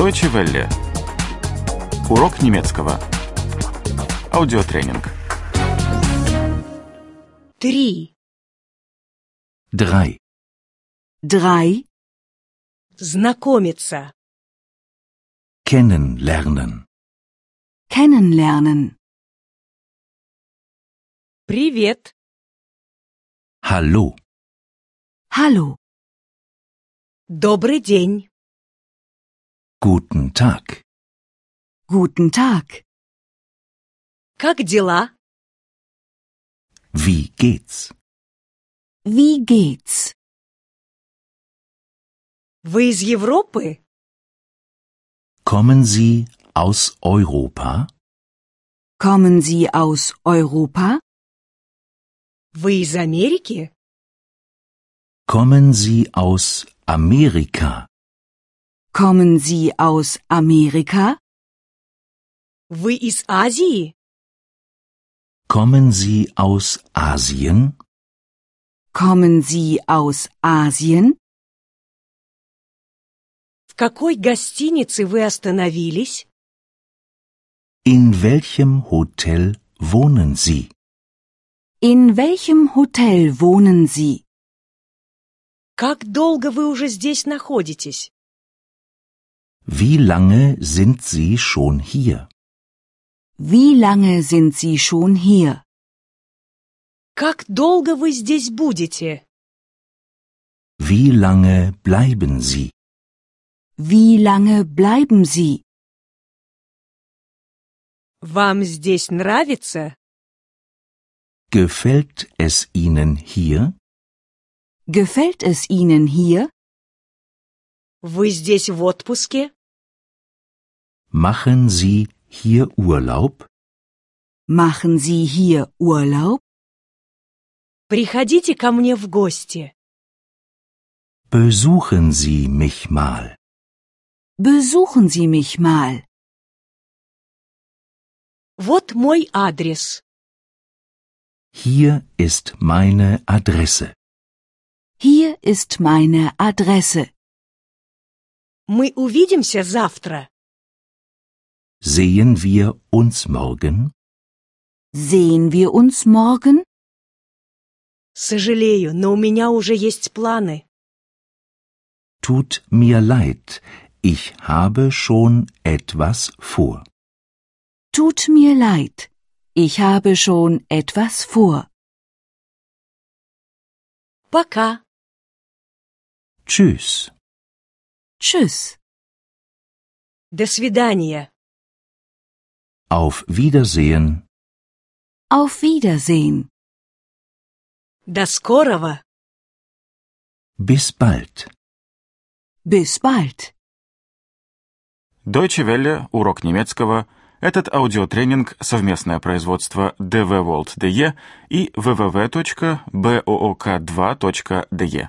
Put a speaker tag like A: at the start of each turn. A: Deutsche Welle. Урок немецкого. Аудиотренинг.
B: Три.
C: 3.
B: Drei. Знакомиться.
C: Kennenlernen.
B: Kennenlernen. Привет.
C: Hallo.
B: Hallo. Добрый день.
C: Guten Tag.
B: Guten Tag. Как дела?
C: Wie geht's?
B: Wie geht's? Вы из Европы?
C: Kommen Sie aus Europa?
B: Kommen Sie aus Europa? Вы из Америки?
C: Kommen Sie aus Amerika?
B: Kommen Sie aus Amerika? Вы из Азии?
C: Kommen Sie aus Asien?
B: Kommen Sie aus Asien? В какой гостинице вы остановились?
C: In welchem Hotel wohnen Sie?
B: In welchem Hotel wohnen Sie? Как долго вы уже здесь находитесь?
C: Wie lange sind Sie schon hier?
B: Wie lange sind Sie schon hier? Как долго вы здесь будете?
C: Wie lange bleiben Sie?
B: Wie lange bleiben Sie? Вам здесь нравится?
C: Gefällt es Ihnen hier?
B: Gefällt es Ihnen hier? Вы здесь в отпуске?
C: Machen Sie hier Urlaub?
B: Machen Sie hier Urlaub? Приходите ко мне в гости.
C: Besuchen Sie mich mal.
B: Besuchen Sie mich mal. Вот мой адрес.
C: Hier ist meine Adresse.
B: Hier ist meine Adresse. Мы увидимся завтра.
C: Sehen wir uns morgen?
B: Sehen wir uns morgen? Сожалею, но у меня уже есть планы.
C: Tut mir leid, ich habe schon etwas vor.
B: Tut mir leid. Ich habe schon etwas vor. Пока.
C: Tschüss.
B: Tschüss. До свидания.
C: Auf Wiedersehen.
B: Auf Wiedersehen. До скорого.
C: Bis bald.
B: Bis bald.
A: Deutsche Welle. Урок немецкого. Этот аудиотренинг – совместное производство DW World DE и www.book2.de.